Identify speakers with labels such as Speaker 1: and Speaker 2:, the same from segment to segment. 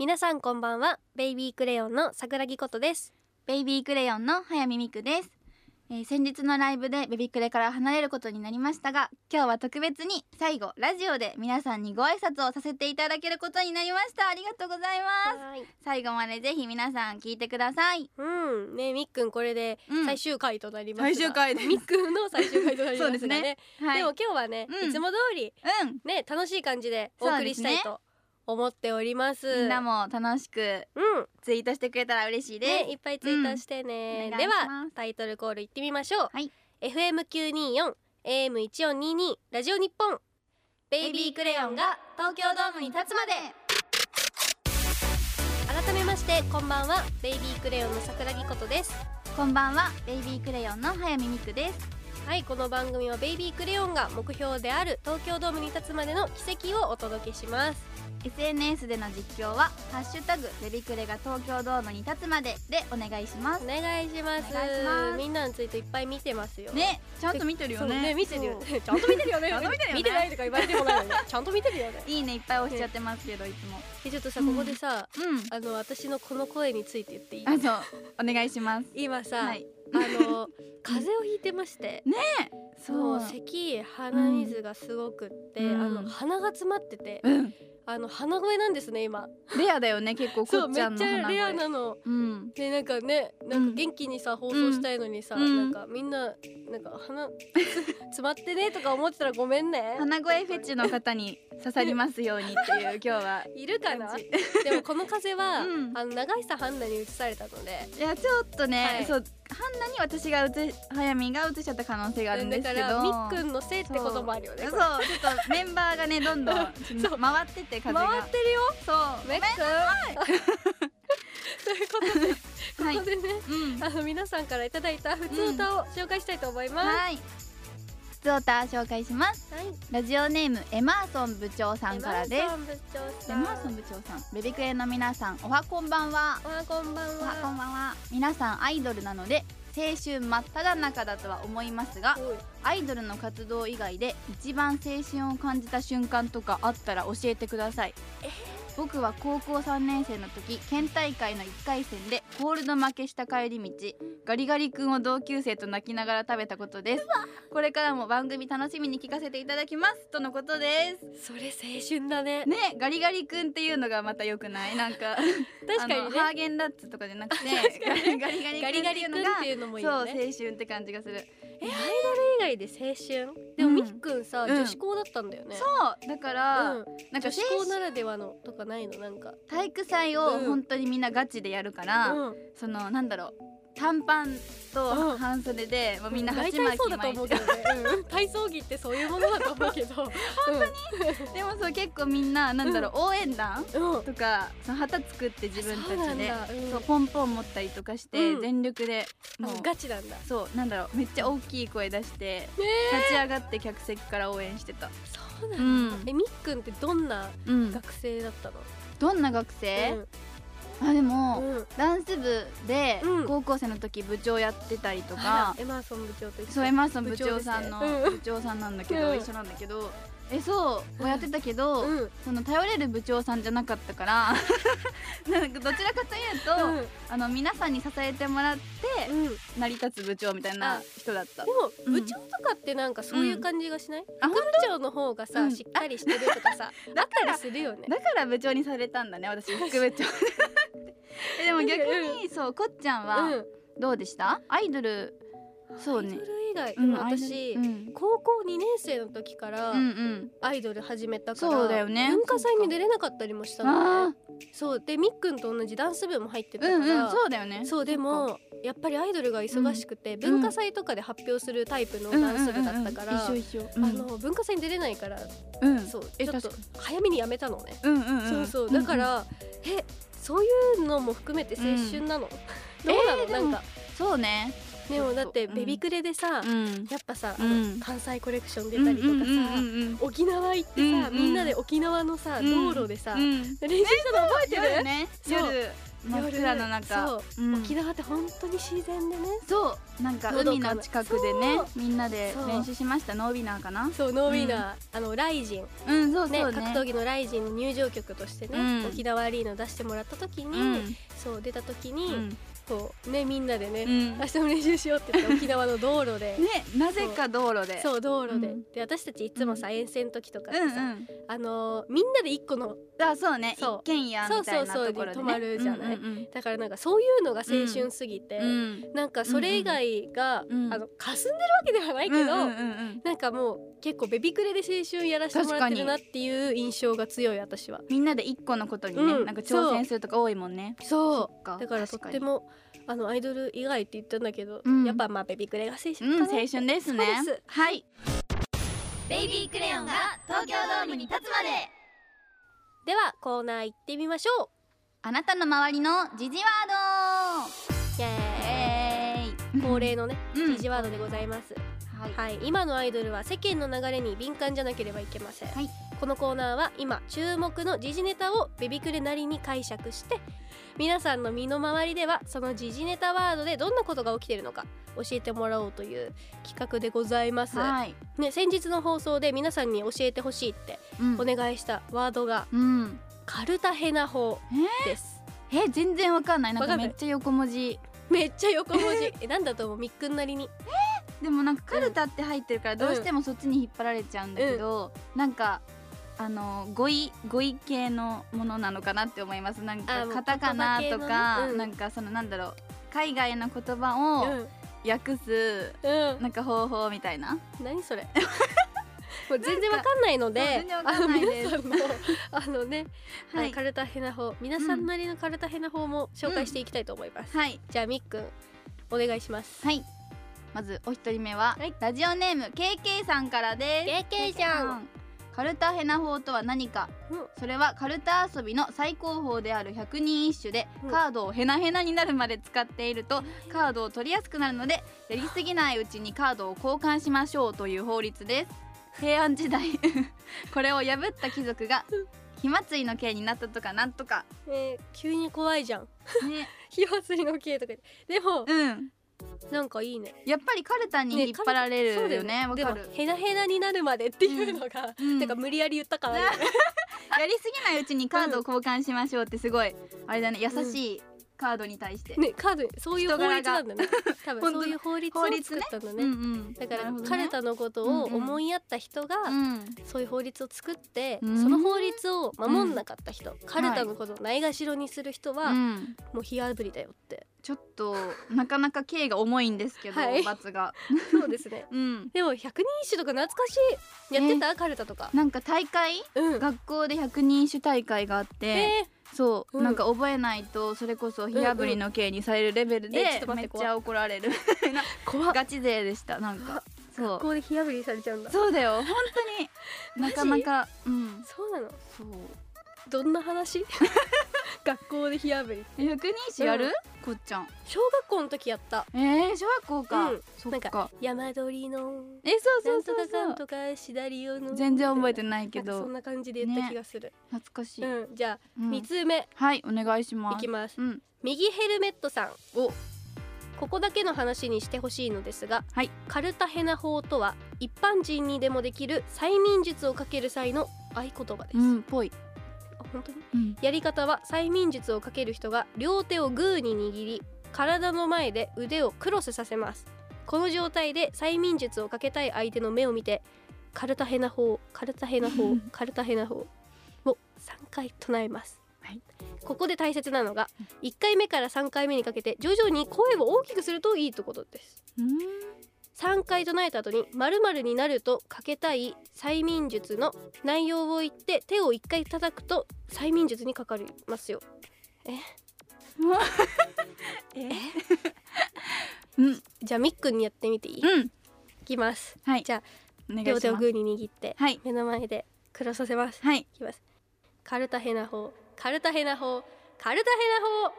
Speaker 1: 皆さんこんばんはベイビークレヨンの桜木ことです
Speaker 2: ベイビークレヨンの早見美久です、えー先日のライブでベビクレから離れることになりましたが今日は特別に最後ラジオで皆さんにご挨拶をさせていただけることになりましたありがとうございます
Speaker 1: はい
Speaker 2: 最後までぜひ皆さん聞いてください
Speaker 1: うんねみっくんこれで
Speaker 2: うん
Speaker 1: 最終回となりますが、
Speaker 2: 最終回です
Speaker 1: みっくんの最終回となりますが
Speaker 2: そう
Speaker 1: ね
Speaker 2: ですねはい
Speaker 1: でも今日はね、
Speaker 2: うん
Speaker 1: いつも通り
Speaker 2: うん
Speaker 1: ね楽しい感じでお送りしたい
Speaker 2: そ
Speaker 1: と思っております
Speaker 2: みんなも楽しく
Speaker 1: うん
Speaker 2: ツイートしてくれたら嬉しいです、
Speaker 1: ねいっぱいツイートしてね、
Speaker 2: うんお願い
Speaker 1: で
Speaker 2: します
Speaker 1: はタイトルコールいってみましょう、
Speaker 2: はい
Speaker 1: FM924 AM1422 ラジオ日本ベイビークレヨンが東京ドームに立つまで改めましてこんばんはベイビークレヨンの桜木ことです
Speaker 2: こんばんはベイビークレヨンの早見美久です
Speaker 1: はいこの番組はベイビークレヨンが目標である東京ドームに立つまでの奇跡をお届けします
Speaker 2: SNS での実況は「ハッシュタグベビクレが東京ドームに立つまで」でお願いしま
Speaker 1: お
Speaker 2: す
Speaker 1: 願いします
Speaker 2: お願いします
Speaker 1: みんなのツイートいっぱい見てますよ
Speaker 2: ねちゃんと見てるよ
Speaker 1: そう
Speaker 2: ね
Speaker 1: ね見てるよ
Speaker 2: そう
Speaker 1: ねちゃんと見てるよね
Speaker 2: ちゃんと見てるよね
Speaker 1: 見てないとか言われてもないのに ちゃんと見てるよね
Speaker 2: いいねいっぱい押しちゃってますけどいつも
Speaker 1: でちょっとさ
Speaker 2: う
Speaker 1: こ
Speaker 2: ん
Speaker 1: こでさ、
Speaker 2: うん
Speaker 1: あの私のこの声について言っていい
Speaker 2: あそうお願いします
Speaker 1: 今さ、
Speaker 2: はい
Speaker 1: あの風邪をひいてましてもう咳鼻水がすごくって、
Speaker 2: うん
Speaker 1: あの鼻が詰まってて、
Speaker 2: うん
Speaker 1: あの鼻声なんですね今
Speaker 2: レアだよね結構
Speaker 1: そ
Speaker 2: こ
Speaker 1: う
Speaker 2: っ
Speaker 1: め
Speaker 2: ちゃ
Speaker 1: っ
Speaker 2: んの
Speaker 1: ち
Speaker 2: 花
Speaker 1: ゃ
Speaker 2: 声
Speaker 1: レアなの
Speaker 2: うん
Speaker 1: でなんかねなん
Speaker 2: う
Speaker 1: か
Speaker 2: ん
Speaker 1: 元気にさ、放送したいのにさ、
Speaker 2: うん
Speaker 1: なんかみんななんか鼻 詰まってねとか思ってたらごめんね
Speaker 2: 花声フェチの方に刺さりますようにっていう今 日はい
Speaker 1: るかな
Speaker 2: 感じ
Speaker 1: でもこの風邪は、
Speaker 2: うん
Speaker 1: あの長久ハンナに移されたので
Speaker 2: いやちょっとね、
Speaker 1: はい
Speaker 2: そうハンナに私がうつ早見がうつしちゃった可能性があるんですけど
Speaker 1: だからみっくんのせいってこともあるよね
Speaker 2: そう
Speaker 1: こ
Speaker 2: ち
Speaker 1: れ
Speaker 2: ょっとメンバーがねどん どん
Speaker 1: そう
Speaker 2: 回ってって風が
Speaker 1: 回ってるよ
Speaker 2: そう
Speaker 1: めっちゃということで、
Speaker 2: はい
Speaker 1: ここでね、
Speaker 2: うん
Speaker 1: あの皆さんからいただいた普通歌を紹介したいと思います。
Speaker 2: はい普通歌紹介します
Speaker 1: はい、
Speaker 2: ラジオネームエマーソン部長さんからです
Speaker 1: エマーソン部長
Speaker 2: エ
Speaker 1: さん。
Speaker 2: マーソン部長さんベビクレの皆さんおはこんばんは
Speaker 1: おはこんばん
Speaker 2: おはこ
Speaker 1: は。
Speaker 2: んばんは皆さんアイドルなので青春真っ只中だとは思いますが
Speaker 1: おい
Speaker 2: アイドルの活動以外で一番青春を感じた瞬間とかあったら教えてください僕は高校3年生の時県大会の1回戦でコールド負けした帰り道ガリガリ君を同級生と泣きながら食べたことですこれからも番組楽しみに聞かせていただきますとのことで
Speaker 1: それ青春だね
Speaker 2: す。ねガリガリ君っていうのがまた良くないなんか
Speaker 1: 確かに
Speaker 2: あの
Speaker 1: ね
Speaker 2: ハ。ーゲンダッツとかじゃなくてガリガリ君
Speaker 1: ガリガリ君
Speaker 2: っていうのが
Speaker 1: っていうのもいい
Speaker 2: そう
Speaker 1: よ
Speaker 2: 青
Speaker 1: ね。
Speaker 2: 春って感じがする
Speaker 1: えアイドル以外で青春。でも
Speaker 2: うん
Speaker 1: みっくんさ、
Speaker 2: うん
Speaker 1: 女子校だったんだよね。
Speaker 2: そうだから、
Speaker 1: うん。
Speaker 2: なん
Speaker 1: 女
Speaker 2: か青
Speaker 1: 子
Speaker 2: 春
Speaker 1: 校ならではのとかないのなんか。
Speaker 2: 体育祭を本当にみんなガチでやるから、
Speaker 1: うん。
Speaker 2: そのなんだろう短パン
Speaker 1: うん
Speaker 2: と半袖で、もうみんな
Speaker 1: 大
Speaker 2: 鉢
Speaker 1: 体
Speaker 2: 巻
Speaker 1: そう
Speaker 2: き
Speaker 1: だと
Speaker 2: 巻い
Speaker 1: 思う
Speaker 2: て
Speaker 1: けどね。うん体操着ってそういうものだと思う けど。本
Speaker 2: でもそう結構みんななんだろう、応援団
Speaker 1: 当に。うん。
Speaker 2: とかその旗作って自分
Speaker 1: そうな
Speaker 2: たち
Speaker 1: ん
Speaker 2: で
Speaker 1: だうん
Speaker 2: そうポンポン持ったりとかして、
Speaker 1: うん
Speaker 2: 全力でもう
Speaker 1: もうガチなんだ。
Speaker 2: そうなんだろうめっちゃ大きい声出して、立ち上がって客席から応援してた、
Speaker 1: そうな
Speaker 2: うん
Speaker 1: だ。
Speaker 2: ん
Speaker 1: えみっくんってどんな
Speaker 2: うん、
Speaker 1: 学生だったの？
Speaker 2: どんな学生、あでも、
Speaker 1: うんうん
Speaker 2: ダンス部で
Speaker 1: うん
Speaker 2: 高校生の時部長やってたりと
Speaker 1: あ
Speaker 2: か、
Speaker 1: らエマーソン部長と一緒
Speaker 2: そうエマーソン部長さんの
Speaker 1: 部長ですねうん
Speaker 2: 部長さんなんだけど、
Speaker 1: うん
Speaker 2: 一緒なんだけどえそうをやってたけど、
Speaker 1: うんうん
Speaker 2: その頼れる部長さんじゃなかったから なんかどちらかというと、あの皆さんに支えてもらって
Speaker 1: うんで
Speaker 2: 成り立つ部長みたいな人だった。う
Speaker 1: も
Speaker 2: ん
Speaker 1: 部長とかってなんかそういう感じがしない、
Speaker 2: あほん
Speaker 1: 部長の方がさ、
Speaker 2: うん
Speaker 1: しっかりしてるとかさあったりするよね
Speaker 2: だから部長にされたんだね私副部長 えでも逆にそうこっちゃん
Speaker 1: う
Speaker 2: は
Speaker 1: ん
Speaker 2: どうでした、アイドルそうね
Speaker 1: アイドル以外、
Speaker 2: うん
Speaker 1: でも私、
Speaker 2: アイドルうん
Speaker 1: 高校2年生の時から
Speaker 2: うんうん
Speaker 1: アイドル始めたから、
Speaker 2: そうだよね
Speaker 1: 文化祭に出れなかったりもしたの
Speaker 2: あ
Speaker 1: ねそうでみっくんと同じダンス部も入って
Speaker 2: ー
Speaker 1: た
Speaker 2: う
Speaker 1: から、
Speaker 2: んうんそうだよね
Speaker 1: そうでもやっぱりアイドルが忙しくて、文化祭とかで発表するタイプのダンス部だったから、
Speaker 2: うんうんうんうん一緒一緒、
Speaker 1: あの文化祭に出れないから、
Speaker 2: うん、うん
Speaker 1: そう
Speaker 2: え
Speaker 1: ちょっと
Speaker 2: 確
Speaker 1: 早めにやめたのね、
Speaker 2: うんうんうん、
Speaker 1: そうそうだから、えそういうのも含めて青春なの、 どうなの、
Speaker 2: えーでも
Speaker 1: なんか
Speaker 2: そうね
Speaker 1: でもだって
Speaker 2: うん
Speaker 1: ベビクレでさ、
Speaker 2: ん
Speaker 1: やっぱさ、あ
Speaker 2: う
Speaker 1: の
Speaker 2: ん
Speaker 1: 関西コレクション出たりとかさ、
Speaker 2: うん
Speaker 1: 沖縄行ってさ、
Speaker 2: うんうん
Speaker 1: みんなで沖縄のさ、
Speaker 2: うん
Speaker 1: 道路でさ、
Speaker 2: うん
Speaker 1: 練習したの覚えてる、
Speaker 2: 夜ね
Speaker 1: そう
Speaker 2: 夜真っ暗の
Speaker 1: そ
Speaker 2: 中
Speaker 1: う、
Speaker 2: うん
Speaker 1: 沖縄って本当に自然でね
Speaker 2: そうなんか
Speaker 1: のどか
Speaker 2: 海
Speaker 1: な
Speaker 2: の近くでね
Speaker 1: そう
Speaker 2: みんなで
Speaker 1: そう
Speaker 2: 練習しましたノービナーかな
Speaker 1: そうノーウィーナー、あのライジン、
Speaker 2: うんそうそう
Speaker 1: ね
Speaker 2: ね
Speaker 1: 格闘技のライジンの入場曲としてね、
Speaker 2: うん
Speaker 1: 沖縄アリーナ出してもらった時に、
Speaker 2: うん
Speaker 1: そう出た時
Speaker 2: う
Speaker 1: に、
Speaker 2: ん
Speaker 1: こうねみんなでね、
Speaker 2: うん
Speaker 1: 明日も練習しようって言 って沖縄の道路で、
Speaker 2: ねなぜか道路で
Speaker 1: そう道路で、
Speaker 2: うん
Speaker 1: で私たちいつもさ遠征の時とかっ
Speaker 2: う
Speaker 1: て
Speaker 2: ん
Speaker 1: さ、
Speaker 2: うん
Speaker 1: あのーみんなで一個の
Speaker 2: あそうね
Speaker 1: そう
Speaker 2: 一軒家みたいな
Speaker 1: そうそうそう
Speaker 2: ところでね
Speaker 1: に泊まるじゃない
Speaker 2: うんうん
Speaker 1: だからなんかそういうのが青春すぎて、
Speaker 2: うんうん
Speaker 1: なんかそれ以外が、
Speaker 2: うん
Speaker 1: あの霞んでるわけではないけど、
Speaker 2: うんうんうんうん
Speaker 1: なんかもう結構ベビクレで青春やらせてもらってるなっていう印象が強い私は。
Speaker 2: みんなで一個のことにね、
Speaker 1: うん
Speaker 2: なんか挑戦するとか多いもんね
Speaker 1: そ
Speaker 2: っか
Speaker 1: うだからと
Speaker 2: 確か
Speaker 1: っ
Speaker 2: に
Speaker 1: てもあのアイドル以外って言ったんだけど、
Speaker 2: うん
Speaker 1: やっぱまあベビクレが青春か
Speaker 2: う
Speaker 1: な、
Speaker 2: ん青春ですね
Speaker 1: そうです
Speaker 2: はい
Speaker 3: ベイビークレヨンが東京ドームに立つまで
Speaker 1: ではコーナー行ってみましょ
Speaker 2: あなたの周りのジジワー
Speaker 1: うイエ
Speaker 2: ド
Speaker 1: ーイ
Speaker 2: えーい
Speaker 1: 恒例のね、
Speaker 2: うん
Speaker 1: ジジワードでございます、
Speaker 2: はい
Speaker 1: はい、今のアイドルは世間の流れに敏感じゃなければいけません、
Speaker 2: はい
Speaker 1: このコーナーは今注目の時事ネタをベビクレなりに解釈して皆さんの身の回りではその時事ネタワードでどんなことが起きてるのか教えてもらおうという企画でございます、
Speaker 2: はい
Speaker 1: ね、先日の放送で皆さんに教えてほしいって
Speaker 2: うん
Speaker 1: お願いしたワードが
Speaker 2: うん
Speaker 1: カルタヘナ法です、
Speaker 2: えー全然わかんないなん
Speaker 1: わか
Speaker 2: か
Speaker 1: んな
Speaker 2: め
Speaker 1: い
Speaker 2: っちゃ横文字
Speaker 1: めっちゃ横文字えなんだと思うみっくんなりに
Speaker 2: でもなんかカルタって入ってるからどうしてもそっちに引っ張られちゃうんだけど、なんかあの語彙語彙系のものなのかなって思いますなん
Speaker 1: あ
Speaker 2: か
Speaker 1: もう
Speaker 2: カタカナと
Speaker 1: 言葉系
Speaker 2: か、
Speaker 1: のねうん
Speaker 2: なんかそのなんだろう海外の言葉を訳す
Speaker 1: うん、うん、
Speaker 2: なんか方法みたいな
Speaker 1: 何 それもう全然わかんないので
Speaker 2: そう全然わかんないです
Speaker 1: あの 皆さんのあのね、
Speaker 2: は
Speaker 1: はいい、カルタヘナ法皆さんなりのカルタヘナ法も紹介していきたいと思います、
Speaker 2: はい
Speaker 1: じゃあみっくんお願いします
Speaker 2: はいまずお一人目は、
Speaker 1: はい
Speaker 2: ラジオネーム KK さんからです
Speaker 1: KK ちゃん
Speaker 2: カルタヘナ法とは何か、
Speaker 1: うん
Speaker 2: それはカルタ遊びの最高峰である百人一首で、
Speaker 1: うん
Speaker 2: カードをヘナヘナになるまで使っているとカードを取りやすくなるのでやりすぎないうちにカードを交換しましょうという法律です平安時代 これを破った貴 族が火祭りの刑になったとかなんとか
Speaker 1: えー、急に怖いじゃん
Speaker 2: ね
Speaker 1: 火祭りの刑とかでも
Speaker 2: うん
Speaker 1: なんかいいね
Speaker 2: やっぱりカルタに引っ張られるよねわ、
Speaker 1: で
Speaker 2: か
Speaker 1: も
Speaker 2: る
Speaker 1: ヘナヘナになるまでっていうのが、
Speaker 2: うん
Speaker 1: なんか無理やり言ったから、ね、
Speaker 2: やりすぎないうちにカードを交換しましょうってすごいあれだね優しいカードに対して、
Speaker 1: ねカードそういう
Speaker 2: 人
Speaker 1: 法
Speaker 2: 柄
Speaker 1: 律
Speaker 2: が
Speaker 1: なんだね多分
Speaker 2: 本当
Speaker 1: そういう法律を
Speaker 2: 法律
Speaker 1: 作
Speaker 2: ね
Speaker 1: ったんだ
Speaker 2: うん
Speaker 1: ね
Speaker 2: うん
Speaker 1: だから、
Speaker 2: なるほどね
Speaker 1: カルタのことを思いやった人が、
Speaker 2: うん
Speaker 1: そういう法律を作って、
Speaker 2: うん
Speaker 1: その法律を守んなかった人、カルタのことをないがしろにする人は、
Speaker 2: うん
Speaker 1: もう火あぶりだよ って
Speaker 2: ちょっとなかなか刑が重いんですけど、
Speaker 1: はい
Speaker 2: 罰が
Speaker 1: そうですね
Speaker 2: うん
Speaker 1: でも百人一首とか懐かしいやってた、カルタとか
Speaker 2: なんか大会
Speaker 1: うん
Speaker 2: 学校で百人一首大会があって、
Speaker 1: え
Speaker 2: そう、
Speaker 1: うん
Speaker 2: なんか覚えないとそれこそ火炙りの刑にされるレベルで、
Speaker 1: うんうんえちょっと待
Speaker 2: め
Speaker 1: っ
Speaker 2: ってちゃ怒られる
Speaker 1: ー、怖っ
Speaker 2: ガチ勢でしたなんかそ
Speaker 1: 学
Speaker 2: う
Speaker 1: 校で火あぶりされちゃうんだそ
Speaker 2: そうだよ本当に
Speaker 1: マ
Speaker 2: な
Speaker 1: ジ
Speaker 2: かなかうん
Speaker 1: うなの
Speaker 2: そう
Speaker 1: どんな 話学校で火あぶり
Speaker 2: え百人一首やる、こっちゃん
Speaker 1: 小学校の時やった
Speaker 2: えー、小学校か、
Speaker 1: うん
Speaker 2: そ
Speaker 1: な
Speaker 2: っ
Speaker 1: ん
Speaker 2: か
Speaker 1: か山鳥の
Speaker 2: えそ
Speaker 1: な
Speaker 2: うそうん
Speaker 1: と
Speaker 2: そ
Speaker 1: か
Speaker 2: う
Speaker 1: かん
Speaker 2: そ
Speaker 1: とかシダリオの
Speaker 2: う全然覚えて
Speaker 1: ない
Speaker 2: ないけ
Speaker 1: んかそん
Speaker 2: ど
Speaker 1: な感じで言った気がする、
Speaker 2: 懐かしい、
Speaker 1: うんじゃあ
Speaker 2: うん
Speaker 1: 三つ目
Speaker 2: はいお願いし
Speaker 1: い
Speaker 2: ます
Speaker 1: きます
Speaker 2: うん
Speaker 1: 右ヘルメットさん
Speaker 2: お
Speaker 1: ここだけの話にしてほしいのですが、
Speaker 2: はい
Speaker 1: カルタヘナ法とは一般人にでもできる催眠術をかける際の合言葉です、
Speaker 2: うんぽい、
Speaker 1: あ本当に
Speaker 2: うん、
Speaker 1: やり方は催眠術をかける人が両手をグーに握り体の前で腕をクロスさせますこの状態で催眠術をかけたい相手の目を見てカルタヘナ法カルタヘナ 法カルタヘナ法を3回唱えます、
Speaker 2: はい
Speaker 1: ここで大切なのが1回目から3回目にかけて徐々に声を大きくするといいということです
Speaker 2: うん
Speaker 1: 3回唱えた後に〇〇になるとかけたい催眠術の内容を言って手を1回叩くと催眠術にかかりますよ
Speaker 2: え うん
Speaker 1: じゃあみっくんにやってみていい、い
Speaker 2: うん
Speaker 1: きます
Speaker 2: はい
Speaker 1: じゃ
Speaker 2: お願いし
Speaker 1: 両手を
Speaker 2: ま
Speaker 1: グ
Speaker 2: す
Speaker 1: ーに握って、
Speaker 2: はい
Speaker 1: 目の前でクロスさせます、い、
Speaker 2: はい
Speaker 1: きますカルタヘナ法カルタヘナ法カルタヘナ法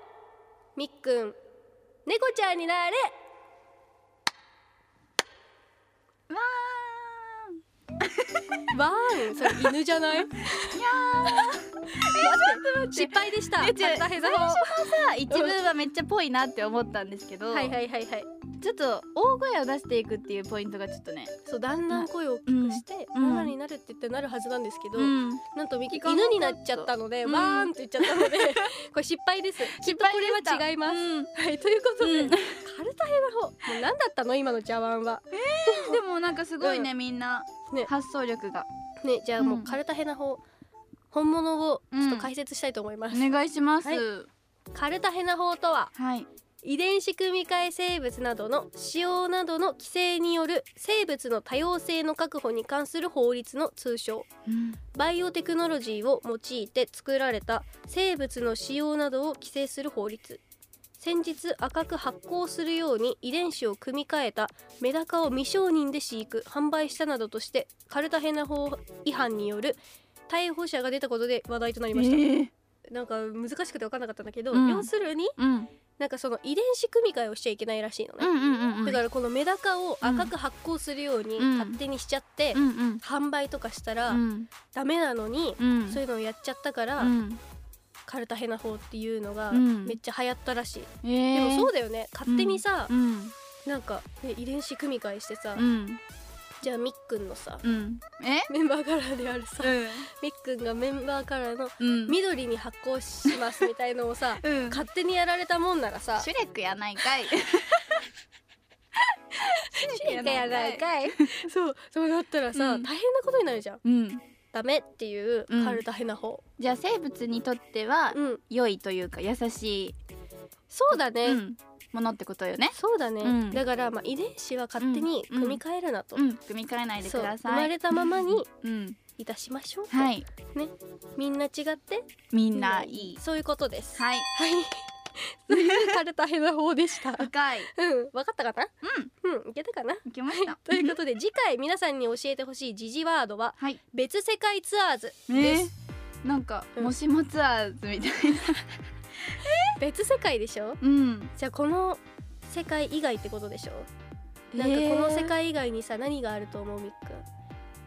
Speaker 1: みっくん猫ちゃんになれ
Speaker 2: わー
Speaker 1: バーンそれ犬じゃ ないいやー失敗でした
Speaker 2: えちょ
Speaker 1: カルタヘザ法
Speaker 2: さ一文はめっちゃぽいなって思ったんですけど、
Speaker 1: はいはいはいはい
Speaker 2: ちょっと大声を出していくっていうポイントがちょっとね、
Speaker 1: そうだんだん声を大きくして
Speaker 2: うんうん
Speaker 1: マナになるって言ってなるはずなんですけど、
Speaker 2: ん、
Speaker 1: なんとミキ犬になっちゃったので
Speaker 2: うん
Speaker 1: バーンって言っちゃったので これ失敗ですきっとこれは違います、
Speaker 2: うん
Speaker 1: はいということで、
Speaker 2: うん
Speaker 1: カルタヘナ法もう何だったの今の茶碗は
Speaker 2: でもなんかすごいね、みんな、
Speaker 1: ね
Speaker 2: 発想力が
Speaker 1: ねじゃあもううんカルタヘナ法本物をちょっと解説したいと思います、
Speaker 2: お願いします。
Speaker 1: はい
Speaker 2: は、
Speaker 1: カルタヘナ法とはい遺伝子組み換え生物などの使用などの規制による生物の多様性の確保に関する法律の通称
Speaker 2: うん
Speaker 1: バイオテクノロジーを用いて作られた生物の使用などを規制する法律先日赤く発光するように遺伝子を組み換えたメダカを未承認で飼育販売したなどとしてカルタヘナ法違反による逮捕者が出たことで話題となりました、
Speaker 2: えー
Speaker 1: なんか難しくて分からなかったんだけど、
Speaker 2: うん
Speaker 1: 要するに
Speaker 2: うん
Speaker 1: なんかその遺伝子組み換えをしちゃいけないらしいの
Speaker 2: う
Speaker 1: ね、
Speaker 2: んうんうん
Speaker 1: だからこのメダカを赤く発光するように
Speaker 2: うん
Speaker 1: 勝手にしちゃって、
Speaker 2: うんうん
Speaker 1: 販売とかしたら
Speaker 2: うん
Speaker 1: ダメなのに、
Speaker 2: うん
Speaker 1: そういうのをやっちゃったから、
Speaker 2: うん
Speaker 1: カルタヘナ法っていうのが
Speaker 2: うん
Speaker 1: めっちゃ流行ったらしい、
Speaker 2: え
Speaker 1: で
Speaker 2: ー
Speaker 1: もそうだよね勝手にさ、
Speaker 2: うん
Speaker 1: なんか、ね、遺伝子組み換えしてさ、
Speaker 2: うん
Speaker 1: じゃあみっくんのさ
Speaker 2: うんえ
Speaker 1: メンバーカラーであるさ、
Speaker 2: うん
Speaker 1: みっくんがメンバーカラーの
Speaker 2: うん
Speaker 1: 緑に発光しますみたいのをさ
Speaker 2: うん
Speaker 1: 勝手にやられたもんならさ
Speaker 2: シュレックやな いかい
Speaker 1: いかやないかいそうそうなったらさ、
Speaker 2: うん
Speaker 1: 大変なことになるじゃん
Speaker 2: うん
Speaker 1: ダメっていう
Speaker 2: うん
Speaker 1: カルタヘナ法
Speaker 2: じゃあ生物にとっては
Speaker 1: うん、
Speaker 2: 良いというか優しい
Speaker 1: そうだね、
Speaker 2: うんものってことよね
Speaker 1: そうだね、
Speaker 2: うん
Speaker 1: だからまあ遺伝子は勝手に組み替えるなと、
Speaker 2: うん組み替えないでく
Speaker 1: そう
Speaker 2: だ
Speaker 1: 生
Speaker 2: さ
Speaker 1: ま
Speaker 2: い
Speaker 1: れたままに
Speaker 2: うん
Speaker 1: いたしましょうと、
Speaker 2: はい
Speaker 1: みんな違って
Speaker 2: みんないい
Speaker 1: そういうことです
Speaker 2: はい
Speaker 1: はい そういうカルタヘナ法でしたうん
Speaker 2: 深い
Speaker 1: わかったかな
Speaker 2: うん
Speaker 1: うんいけたかな
Speaker 2: いけま した
Speaker 1: ということで次回皆さんに教えてほしい時事ワードは
Speaker 2: はい
Speaker 1: 別世界ツアーズ
Speaker 2: え
Speaker 1: です、
Speaker 2: ーなんか
Speaker 1: うん
Speaker 2: もしもツアーズみたいな
Speaker 1: 別世界でしょ
Speaker 2: うん
Speaker 1: じゃあこの世界以外ってことでしょなんかこの世界以外にさ何があると思うみっ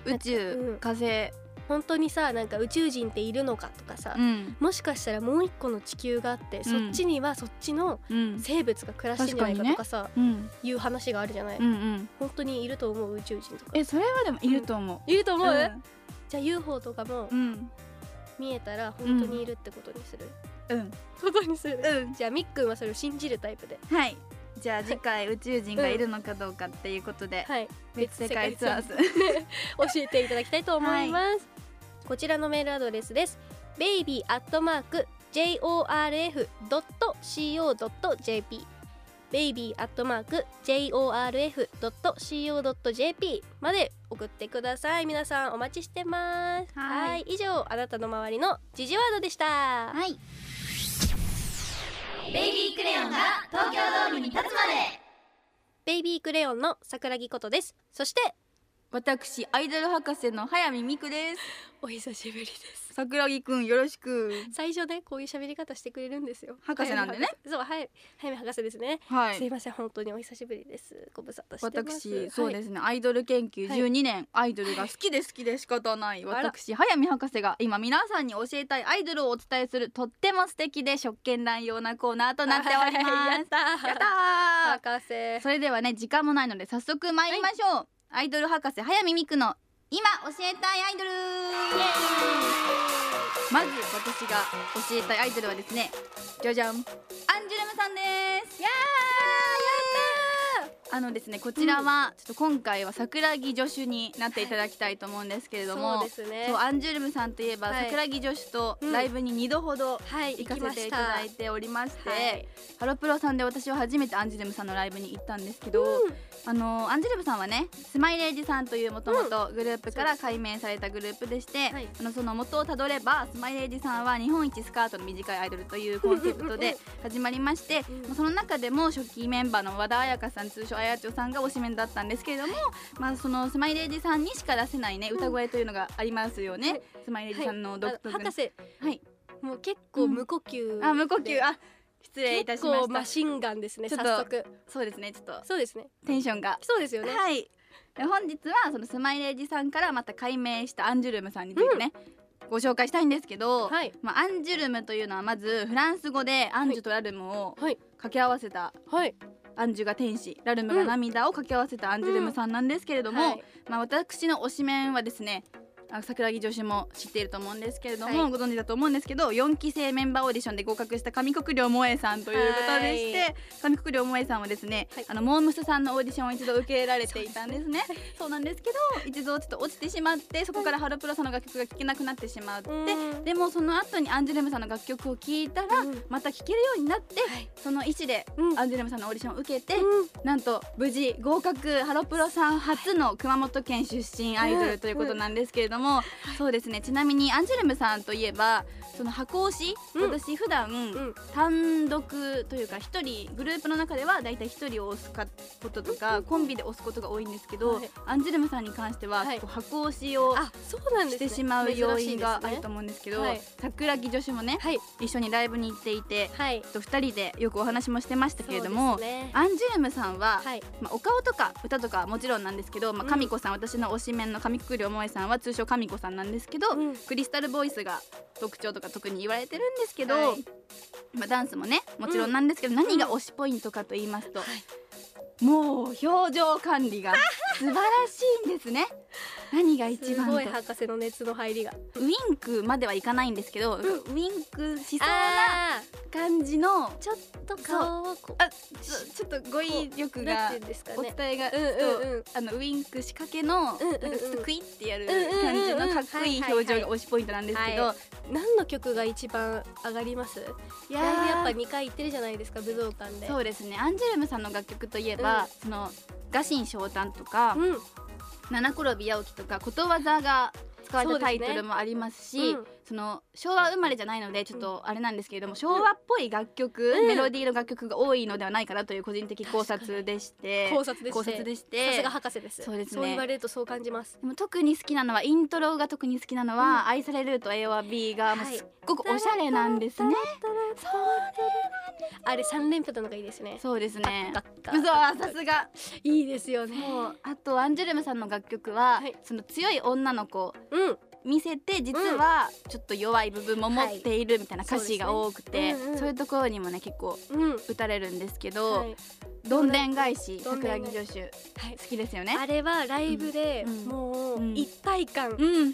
Speaker 1: くん
Speaker 2: 宇
Speaker 1: う
Speaker 2: 宙
Speaker 1: ん
Speaker 2: 火星
Speaker 1: 本当にさなんか宇宙人っているのかとかさ、
Speaker 2: うん
Speaker 1: もしかしたらもう一個の地球があって、そっちにはそっちの
Speaker 2: うん
Speaker 1: 生物が暮らしてんじゃないかとかさ
Speaker 2: うん
Speaker 1: いう話があるじゃない、
Speaker 2: うんうん
Speaker 1: 本当にいると思う宇宙人とか
Speaker 2: えそれはでもいると思
Speaker 1: いると
Speaker 2: う
Speaker 1: 思う、
Speaker 2: うん
Speaker 1: じゃあ UFO とかも
Speaker 2: うん
Speaker 1: 見えたら本当にいるってことにする、
Speaker 2: うん
Speaker 1: ことにする、じゃあみっくんはそれを信じるタイプで
Speaker 2: はいじゃあ次回宇宙人がいるのかどうかっていうことで
Speaker 1: はい
Speaker 2: 別世界ツアーズ
Speaker 1: 教えていただきたいと思います、こちらのメールアドレスです baby アットマーク jorf.co.jp baby アットマーク jorf.co.jp まで送ってください皆さんお待ちしてます
Speaker 2: は
Speaker 1: は
Speaker 2: い
Speaker 1: い以上あなたの周りの時事ワードでした
Speaker 2: はい
Speaker 3: ベイビークレヨンが東京ドームに立つまで
Speaker 1: ベイビークレヨンの桜木ことですそして
Speaker 2: 私アイドル博士の早見美久です
Speaker 1: お久しぶりです
Speaker 2: 桜木くんよろしく
Speaker 1: 最初ねこういう喋り方してくれるんですよ
Speaker 2: 博士なんでね
Speaker 1: 早見博士そうはい早見博士ですね
Speaker 2: は
Speaker 1: すい
Speaker 2: い
Speaker 1: ません本当にお久しぶりですご無沙汰してます、
Speaker 2: 私そうですすね、アイドル研究
Speaker 1: はい
Speaker 2: 12年、アイドルが好きで好きで仕方ない
Speaker 1: あら
Speaker 2: 私早見博士が今皆さんに教えたいアイドルをお伝えするとっても素敵で職権乱用なコーナーとなっており
Speaker 1: はい
Speaker 2: ま
Speaker 1: やっ
Speaker 2: す
Speaker 1: た
Speaker 2: やっ
Speaker 1: ー
Speaker 2: た
Speaker 1: 博
Speaker 2: ー
Speaker 1: 士
Speaker 2: それではね時間もないので早速参りましょう、アイドル博士早見美久の今教えたいアイドルまず私が教えたいアイドルはですねじゃじゃんアンジュルムさんですやーやったーあのですねこちらは、ちょっと今回は桜木助手になっていただきたいと思うんですけれども、
Speaker 1: そうですね
Speaker 2: そうアンジュルムさんといえば、
Speaker 1: はい
Speaker 2: 桜木助手と
Speaker 1: うん
Speaker 2: ライブに2度ほど
Speaker 1: はい
Speaker 2: 行
Speaker 1: 行
Speaker 2: か
Speaker 1: きま
Speaker 2: せて
Speaker 1: し
Speaker 2: い
Speaker 1: た
Speaker 2: ただいておりまして、
Speaker 1: はい
Speaker 2: ハロプロさんで私は初めてアンジュルムさんのライブに行ったんですけど、
Speaker 1: うん
Speaker 2: あのアンジュルムさんはねスマイレージさんというもともとグループから改名されたグループでして、
Speaker 1: はい
Speaker 2: あのその元をたどればスマイレージさんは日本一スカートの短いアイドルというコンセプト
Speaker 1: うんうんうん
Speaker 2: で始まりまして、
Speaker 1: うん
Speaker 2: その中でも初期メンバーの和田彩香さん通称あやちょさんが推しメンだったんですけれども、まあ、そのスマイレージさんにしか出せない、ね、歌声というのがありますよね、
Speaker 1: はい
Speaker 2: スマイレージさんの独特
Speaker 1: あ
Speaker 2: な、
Speaker 1: 博士
Speaker 2: はい
Speaker 1: もう結構無呼吸、
Speaker 2: あ無呼吸あ失礼いたしま
Speaker 1: 結
Speaker 2: し
Speaker 1: 構
Speaker 2: た
Speaker 1: マシンガンですね
Speaker 2: ちょ
Speaker 1: 早
Speaker 2: っと
Speaker 1: 速
Speaker 2: そうですねちょっと
Speaker 1: そうですね
Speaker 2: テンションが、
Speaker 1: そうですよね
Speaker 2: はいえ本日はそのスマイレージさんからまた解明したアンジュルムさんについてね、ご紹介したいんですけど、
Speaker 1: はい
Speaker 2: まあ、アンジュルムというのはまずフランス語でアンジュとラルムを
Speaker 1: はい
Speaker 2: 掛け合わせた
Speaker 1: はい
Speaker 2: アンジュが天使ラルムが涙を掛け合わせたアンジュルムさんなんですけれども、
Speaker 1: はい
Speaker 2: まあ、私の推しメンはですねあ桜木女子も知っていると思うんですけれども、
Speaker 1: はい
Speaker 2: ご存知だと思うんですけど4期生メンバーオーディションで合格した上国良萌えさんということでして、
Speaker 1: は
Speaker 2: 上国良萌えさんはですね、
Speaker 1: はい
Speaker 2: あのモームスさんのオーディションを一度受けられていたんですねそうなんですけど一度ちょっと落ちてしまってそこからハロプロさんの楽曲が聴けなくなってしまって、
Speaker 1: うん
Speaker 2: でもその後にアンジュルムさんの楽曲を聴いたら、
Speaker 1: うん
Speaker 2: また聴けるようになって、
Speaker 1: い
Speaker 2: その意思で
Speaker 1: うん
Speaker 2: アンジュルムさんのオーディションを受けて、
Speaker 1: うん
Speaker 2: なんと無事合格ハロプロさん初の熊本県出身アイドルということなんですけれども、そうですねちなみにアンジュルムさんといえばその箱推し、
Speaker 1: うん
Speaker 2: 私普段、
Speaker 1: ん
Speaker 2: 単独というか一人グループの中ではだいたい一人を推すこととか、コンビで推すことが多いんですけど、
Speaker 1: はい
Speaker 2: アンジュルムさんに関しては、
Speaker 1: はい
Speaker 2: 結構箱推しを
Speaker 1: あそうなんで
Speaker 2: し
Speaker 1: すね
Speaker 2: てしまう要
Speaker 1: 珍しいです
Speaker 2: 因
Speaker 1: ね
Speaker 2: があると思うんですけど
Speaker 1: はい
Speaker 2: 桜木女子もね
Speaker 1: はい
Speaker 2: 一緒にライブに行っていて、
Speaker 1: はい
Speaker 2: と二人でよくお話もしてましたけれども、
Speaker 1: そうですね
Speaker 2: アンジュルムさんは、
Speaker 1: はい
Speaker 2: まあ、お顔とか歌とかはもちろんなんですけど、まあ、
Speaker 1: うん
Speaker 2: 神子さん、私の推しメンの神くりおもえさんは通称神子さんなんですけど、
Speaker 1: うん
Speaker 2: クリスタルボイスが特徴とか特に言われてるんですけど、
Speaker 1: はい
Speaker 2: まあ、ダンスもねもちろんなんですけど、何が推しポイントかと言いますと、もう表情管理が素晴らしいんです ね。何が一
Speaker 1: す
Speaker 2: 番
Speaker 1: ご
Speaker 2: と
Speaker 1: い博士の熱の入りが
Speaker 2: ウィンクまではいかないんですけど、ウィンクしそうな
Speaker 1: あ
Speaker 2: 感じの
Speaker 1: ーちょっと顔をこう
Speaker 2: あちょちょっと語彙力
Speaker 1: な
Speaker 2: が
Speaker 1: んていうんですか
Speaker 2: お
Speaker 1: ね
Speaker 2: 伝えがちょっ
Speaker 1: うん
Speaker 2: と
Speaker 1: うんうん
Speaker 2: あのウインク仕掛けのなん
Speaker 1: うんうん
Speaker 2: かちょっとクイッてやる感じ
Speaker 1: うんうんうん
Speaker 2: のかっこいい表情が推しポイントなんですけど
Speaker 1: は何の曲が一番上がります
Speaker 2: い
Speaker 1: ライブやっぱ2回行ってるじゃないですか武道館で
Speaker 2: そうですねアンジュルムさんの楽曲といえば、
Speaker 1: うん
Speaker 2: そのガシンショウタンとか
Speaker 1: うん
Speaker 2: 七転び八起きとかことわざが使われ
Speaker 1: そう
Speaker 2: た
Speaker 1: です
Speaker 2: タ
Speaker 1: ね
Speaker 2: イトルもありますし
Speaker 1: うん
Speaker 2: その昭和生まれじゃないのでちょっとあれなんですけれども、昭和っぽい楽曲、
Speaker 1: うん
Speaker 2: メロディーの楽曲が多いのではないかなという個人的考察でして
Speaker 1: 考察でして
Speaker 2: 考察でして
Speaker 1: さすが博士です
Speaker 2: そうですね
Speaker 1: 言われるとそう感じます
Speaker 2: でも特に好きなのはイントロが特に好きなのは「愛される」と「A は B」がもう
Speaker 1: はい
Speaker 2: すっごくおしゃれなんですね。
Speaker 1: あれ三連符なのがいいですね
Speaker 2: そうですね。
Speaker 1: ガッガ
Speaker 2: そうさすが。
Speaker 1: いいですよね
Speaker 2: そうあとアンジュルムさんの楽曲は、
Speaker 1: はい
Speaker 2: その強い女の子を
Speaker 1: うん
Speaker 2: 見せて実はちょっと弱い部分も持っているみたいな歌詞が多くて、
Speaker 1: はいそうですねうんうん
Speaker 2: そういうところにもね結構
Speaker 1: うん
Speaker 2: 打たれるんですけど、
Speaker 1: はい
Speaker 2: どんでん返し
Speaker 1: どんで
Speaker 2: 桜
Speaker 1: ん
Speaker 2: 木
Speaker 1: 返
Speaker 2: 女子好
Speaker 1: はい
Speaker 2: きですよね。
Speaker 1: あれはライブで
Speaker 2: うん
Speaker 1: もう
Speaker 2: うん
Speaker 1: 一体感
Speaker 2: うん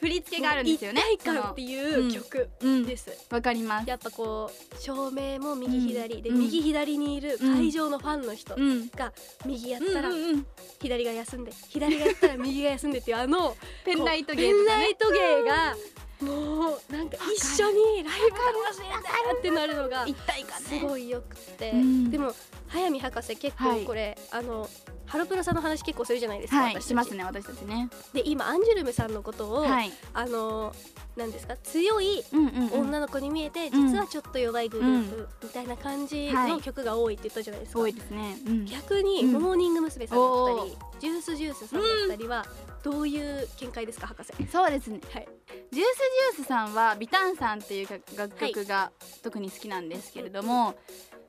Speaker 2: 振り付けがあるんですよね。
Speaker 1: 一体感っていう曲
Speaker 2: そのうん
Speaker 1: です
Speaker 2: わかります。
Speaker 1: やっぱこう照明も右左で
Speaker 2: うん
Speaker 1: 右左にいる会場のファンの人
Speaker 2: うん。
Speaker 1: が右やったら
Speaker 2: うんうんうん
Speaker 1: 左が休んで左がやったら右が休んでっていうあの
Speaker 2: ペンライトゲー
Speaker 1: ペ
Speaker 2: ム
Speaker 1: ン
Speaker 2: が
Speaker 1: ラ
Speaker 2: ね
Speaker 1: イト芸がもうなんか一緒にライブ楽しんだってなるのが
Speaker 2: 一体感
Speaker 1: す
Speaker 2: ね
Speaker 1: ごいよくて、
Speaker 2: うん
Speaker 1: でも速水博士結構これ、あのハロプロさんの話結構するじゃないですか、
Speaker 2: はい
Speaker 1: 私
Speaker 2: し
Speaker 1: ま
Speaker 2: ますすね私たちね
Speaker 1: で今アンジュルムさんのことを、
Speaker 2: はい
Speaker 1: あのなんですか強い
Speaker 2: うんうんうん
Speaker 1: 女の子に見えて、
Speaker 2: うん
Speaker 1: 実はちょっと弱いグループみたいな感じ
Speaker 2: は
Speaker 1: の
Speaker 2: い
Speaker 1: 曲が多いって言ったじゃないですか、
Speaker 2: 多いですねうん
Speaker 1: 逆に、
Speaker 2: うん
Speaker 1: モーニング娘。さんだったり
Speaker 2: お
Speaker 1: ジュースジュースさんだったりは、どういう見解ですか博士
Speaker 2: そうですね
Speaker 1: はい
Speaker 2: ジュースジュースさんはビタンさんっていう楽楽曲が特に好きなんですけれども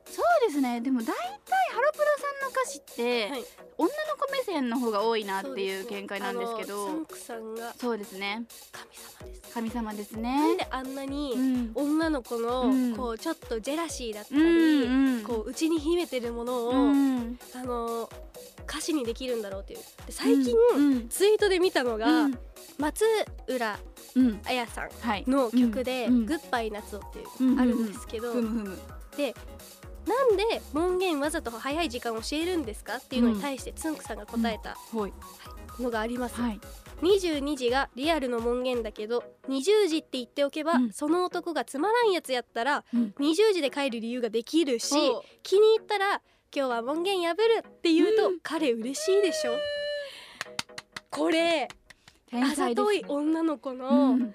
Speaker 2: そうですねでも大体ハロプロさんの歌詞って
Speaker 1: はい
Speaker 2: 女の子目線の方が多いなっ
Speaker 1: そう
Speaker 2: て
Speaker 1: で
Speaker 2: い
Speaker 1: す
Speaker 2: う見解なんですけ
Speaker 1: あのサ
Speaker 2: ど
Speaker 1: ンクさんが
Speaker 2: そうですね
Speaker 1: 神様です
Speaker 2: 神様です
Speaker 1: なん
Speaker 2: ね
Speaker 1: であんなに
Speaker 2: うん
Speaker 1: 女の子の、
Speaker 2: うん
Speaker 1: こうちょっとジェラシーだった
Speaker 2: う
Speaker 1: り、
Speaker 2: んうん
Speaker 1: こう内に秘めてるものを、
Speaker 2: うん
Speaker 1: あの歌詞にできるんだろうっていうで最近、
Speaker 2: うん
Speaker 1: ツイートで見たのが、
Speaker 2: うん
Speaker 1: 松浦
Speaker 2: うん
Speaker 1: 彩さん
Speaker 2: はい
Speaker 1: の曲で「
Speaker 2: うんうん
Speaker 1: グッバイ夏を」っていう、
Speaker 2: うん
Speaker 1: あるんですけど、
Speaker 2: ふむふむ
Speaker 1: なんで門限わざと早い時間教えるんですかっていうのに対してつんくさんが答えた
Speaker 2: はい
Speaker 1: のがあります、
Speaker 2: はい
Speaker 1: 22時がリアルの門限だけど20時って言っておけば、
Speaker 2: うん
Speaker 1: その男がつまらんやつやったら、
Speaker 2: うん
Speaker 1: 20時で帰る理由ができるし
Speaker 2: ほう
Speaker 1: 気に入ったら今日は門限破るって言うと、彼嬉しいでしょこれ
Speaker 2: 天
Speaker 1: あざ
Speaker 2: 才です
Speaker 1: とい女の子の、
Speaker 2: うん
Speaker 1: なんか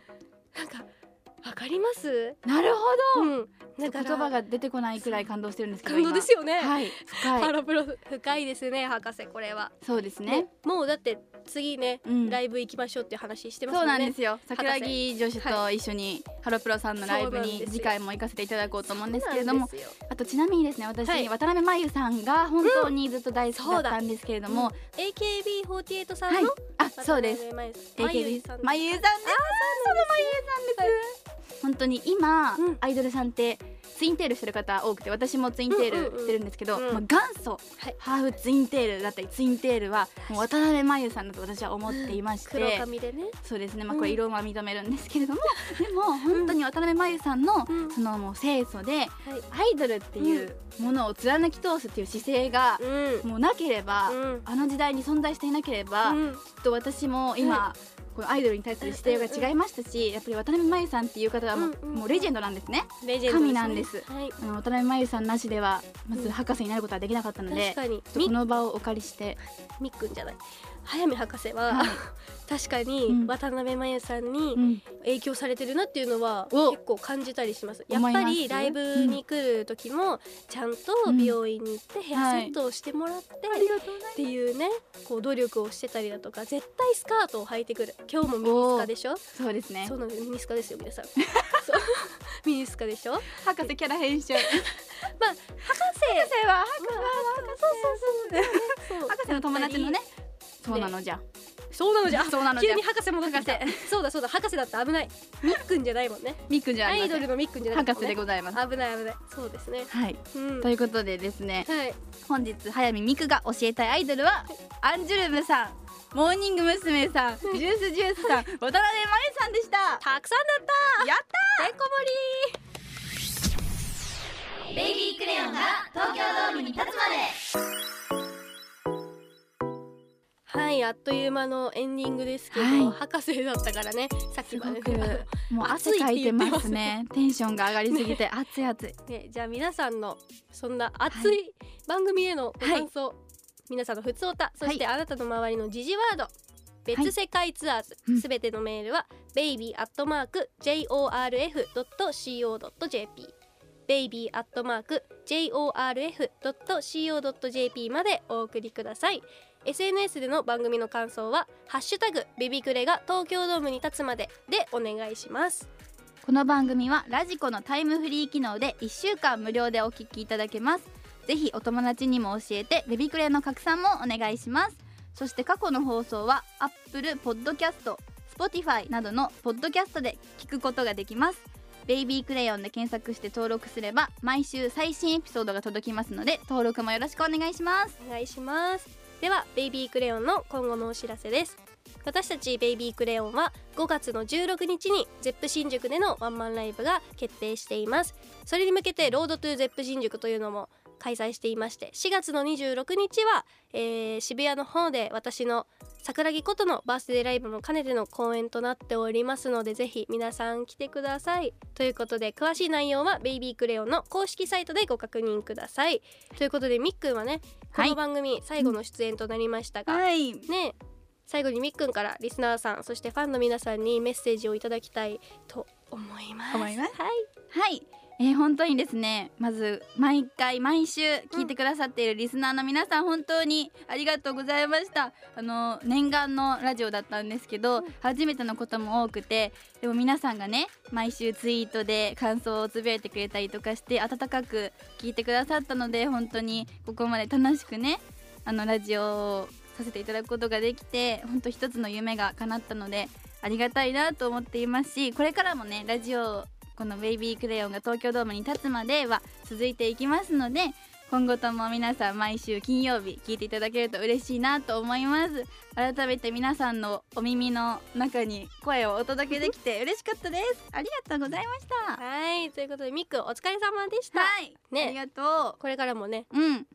Speaker 1: わかります
Speaker 2: なるほど
Speaker 1: うん
Speaker 2: ちょ
Speaker 1: だから
Speaker 2: っと言葉が出てこないくらい感動してるんですけど
Speaker 1: 感動ですよね、
Speaker 2: 今はい
Speaker 1: ハ
Speaker 2: 深い
Speaker 1: ロプロ深いですね博士これは
Speaker 2: そうですね
Speaker 1: もうだって次ね、
Speaker 2: うん
Speaker 1: ライブ行きましょうっていう話してますも
Speaker 2: そう
Speaker 1: ね
Speaker 2: んなんですよ
Speaker 1: 博士
Speaker 2: 桜木女子と一緒にハロプロさんのライブ
Speaker 1: そうなんで
Speaker 2: に
Speaker 1: すよ
Speaker 2: 次回も行かせていただこうと思うんですけれ
Speaker 1: そ
Speaker 2: ど
Speaker 1: うなん
Speaker 2: も
Speaker 1: ですよ
Speaker 2: あとちなみにですね私、
Speaker 1: はい
Speaker 2: 渡辺真由さんが本当にずっと大好きだったんですけれども、
Speaker 1: AKB48 さん
Speaker 2: は
Speaker 1: の、
Speaker 2: いあそうです
Speaker 1: す
Speaker 2: AKB さん
Speaker 1: まゆ
Speaker 2: 真由
Speaker 1: い
Speaker 2: さん
Speaker 1: ん
Speaker 2: ですあそうなの真由さんです、本当に今、
Speaker 1: うん
Speaker 2: アイドルさんってツインテールしてる方多くて私もツインテ
Speaker 1: うんうんう
Speaker 2: ール
Speaker 1: ん
Speaker 2: してるんですけど、
Speaker 1: うん
Speaker 2: まあ、元祖、
Speaker 1: はい
Speaker 2: ハーフツインテールだったりツインテールはもう渡辺真由さんだと私は思っていまして
Speaker 1: 黒髪でね
Speaker 2: そうですねまあ
Speaker 1: うん
Speaker 2: これ色は認めるんですけれども、でも本当に渡辺真由さんの、
Speaker 1: うん
Speaker 2: そのもう清楚で
Speaker 1: はい
Speaker 2: アイドルっていうものを貫き通すっていう姿勢が
Speaker 1: うん
Speaker 2: もうなければ、
Speaker 1: うん
Speaker 2: あの時代に存在していなければ、
Speaker 1: うん
Speaker 2: きっと私も今、このアイドルに対する姿勢が違いましたしやっぱり渡辺真由さんっていう方はもう,、
Speaker 1: うんうん
Speaker 2: もうレジェンドなんですね
Speaker 1: レジェンドね
Speaker 2: 神なんです
Speaker 1: はい
Speaker 2: あの渡辺真由さんなしではまず博士になることはできなかったので
Speaker 1: 確、かに
Speaker 2: ちょっと
Speaker 1: み
Speaker 2: この場をお借りして
Speaker 1: みっくんじゃない早見博士は、
Speaker 2: はい
Speaker 1: 確か
Speaker 2: う
Speaker 1: に
Speaker 2: ん
Speaker 1: 渡辺真由さん
Speaker 2: う
Speaker 1: に
Speaker 2: ん
Speaker 1: 影響されてるなっていうのは
Speaker 2: お
Speaker 1: 結構感じたりしますやっ
Speaker 2: 思います
Speaker 1: ぱりライブに来る時もちゃんと美容院に行ってヘアセットをしてもらってっていうねこう努力をしてたりだとか絶対スカートを履いてくる今日もミニスカでしょ
Speaker 2: そうですね
Speaker 1: そうなのミニスカですよ皆 さんそう ミニスカでしょ
Speaker 2: 博士キャラ編集博
Speaker 1: 博士
Speaker 2: 士は
Speaker 1: そうそうそうそう
Speaker 2: 博士の友達のねそうう
Speaker 1: な
Speaker 2: な
Speaker 1: の
Speaker 2: のじゃ
Speaker 1: そうなのじゃ
Speaker 2: そうなのじ
Speaker 1: 急
Speaker 2: ゃ
Speaker 1: に博士戻ってきてそうだそうだ博士だった危ないみっくんじゃないもんね
Speaker 2: みっくんじゃあ
Speaker 1: ア
Speaker 2: りま
Speaker 1: イド
Speaker 2: せ
Speaker 1: ル
Speaker 2: ん
Speaker 1: のみっくんじゃない
Speaker 2: 博士でございます
Speaker 1: 危ない危ないそうですね
Speaker 2: はい
Speaker 1: うん
Speaker 2: ということでですね
Speaker 1: はい
Speaker 2: 本日早見みくが教えたいアイドルはアンジュルムさんモーニング娘。さんジュースジュースさん渡辺真由さんでした
Speaker 1: たくさんだった
Speaker 2: やった
Speaker 1: てんこ盛り
Speaker 3: ベイビークレヨンが東京ドームに立つまで
Speaker 1: はいあっという間のエンディングですけど、
Speaker 2: はい
Speaker 1: 博士だったからねさっき
Speaker 2: す
Speaker 1: ま
Speaker 2: ご
Speaker 1: で
Speaker 2: く
Speaker 1: ね
Speaker 2: もう汗かいてますねテンションが上がりす ぎて熱い熱い
Speaker 1: ねじゃあ皆さんのそんな熱い番組へのご感想、皆さんの普通おたそしてあなたの周りの時事ワード、別世界ツアーズ、
Speaker 2: うん
Speaker 1: すべてのメールは baby.jorf.co.jp baby.jorf.co.jp までお送りください SNS での番組の感想は「ハッシュタグベビクレが東京ドームに立つまで」でお願いします
Speaker 2: この番組はラジコのタイムフリー機能で1週間無料でお聞きいただけますぜひお友達にも教えてベビクレの拡散もお願いしますそして過去の放送は Apple Podcast、Spotify などのポッドキャストで聞くことができますベイビークレヨンで検索して登録すれば毎週最新エピソードが届きますので登録もよろしくお願いします
Speaker 1: お願いしますではベイビークレヨンの今後のお知らせです私たちベイビークレヨンは5月の16日にゼップ新宿でのワンマンライブが決定していますそれに向けてロードトゥゼップ新宿というのも開催していまして4月の26日は、えー渋谷の方で私の桜木ことのバースデーライブも兼ねての公演となっておりますのでぜひ皆さん来てくださいということで詳しい内容はベイビークレヨンの公式サイトでご確認くださいということでみっくんはねこ
Speaker 2: はい
Speaker 1: の番組最後の出演となりましたが、
Speaker 2: い
Speaker 1: ね最後にみっくんからリスナーさんそしてファンの皆さんにメッセージをいただきたいと思います
Speaker 2: 思います
Speaker 1: はい
Speaker 2: はい、えー本当にですねまず毎回毎週聞いてくださっているリスナーの皆さん、本当にありがとうございましたあの念願のラジオだったんですけど、初めてのことも多くてでも皆さんがね毎週ツイートで感想をつぶやいてくれたりとかして温かく聞いてくださったので本当にここまで楽しくねあのラジオをさせていただくことができて本当一つの夢が叶ったのでありがたいなと思っていますしこれからもねラジオこの「ベイビークレヨン」が東京ドームに立つまでは続いていきますので今後とも皆さん毎週金曜日聞いていただけると嬉しいなと思います改めて皆さんのお耳の中に声をお届けできて嬉しかったですありがとうございました
Speaker 1: はいということでみっくんお疲れ様でした、
Speaker 2: はい、あ
Speaker 1: ね
Speaker 2: りがと
Speaker 1: これからもね
Speaker 2: ううん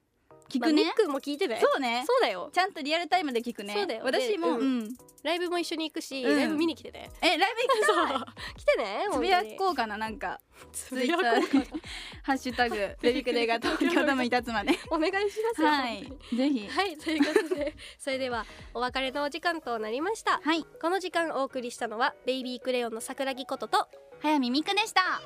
Speaker 2: 聞
Speaker 1: まあ
Speaker 2: く
Speaker 1: みっ
Speaker 2: ね、
Speaker 1: くんも聞いてね
Speaker 2: そうね
Speaker 1: そうだよ
Speaker 2: ちゃんとリアルタイムで聞くね
Speaker 1: そうだよ
Speaker 2: 私も、
Speaker 1: でう
Speaker 2: うん
Speaker 1: ライブも一緒に行くし、
Speaker 2: うん
Speaker 1: ライブ見に来てね
Speaker 2: えライブ行きたい
Speaker 1: 来てね
Speaker 2: つぶやこうかななんか
Speaker 1: うつ
Speaker 2: ツ
Speaker 1: ぶ
Speaker 2: イッ
Speaker 1: や
Speaker 2: タ
Speaker 1: こう
Speaker 2: ーハッシュ タグベビクレが東京ドームに立つまで
Speaker 1: お願いしますよ
Speaker 2: はい
Speaker 1: 本
Speaker 2: ぜ
Speaker 1: 当
Speaker 2: ひ
Speaker 1: にはいということでそれではお別れのお時間となりました
Speaker 2: はい
Speaker 1: この時間お送りしたのはベイビークレヨンの桜木ことと
Speaker 2: 早見みくでした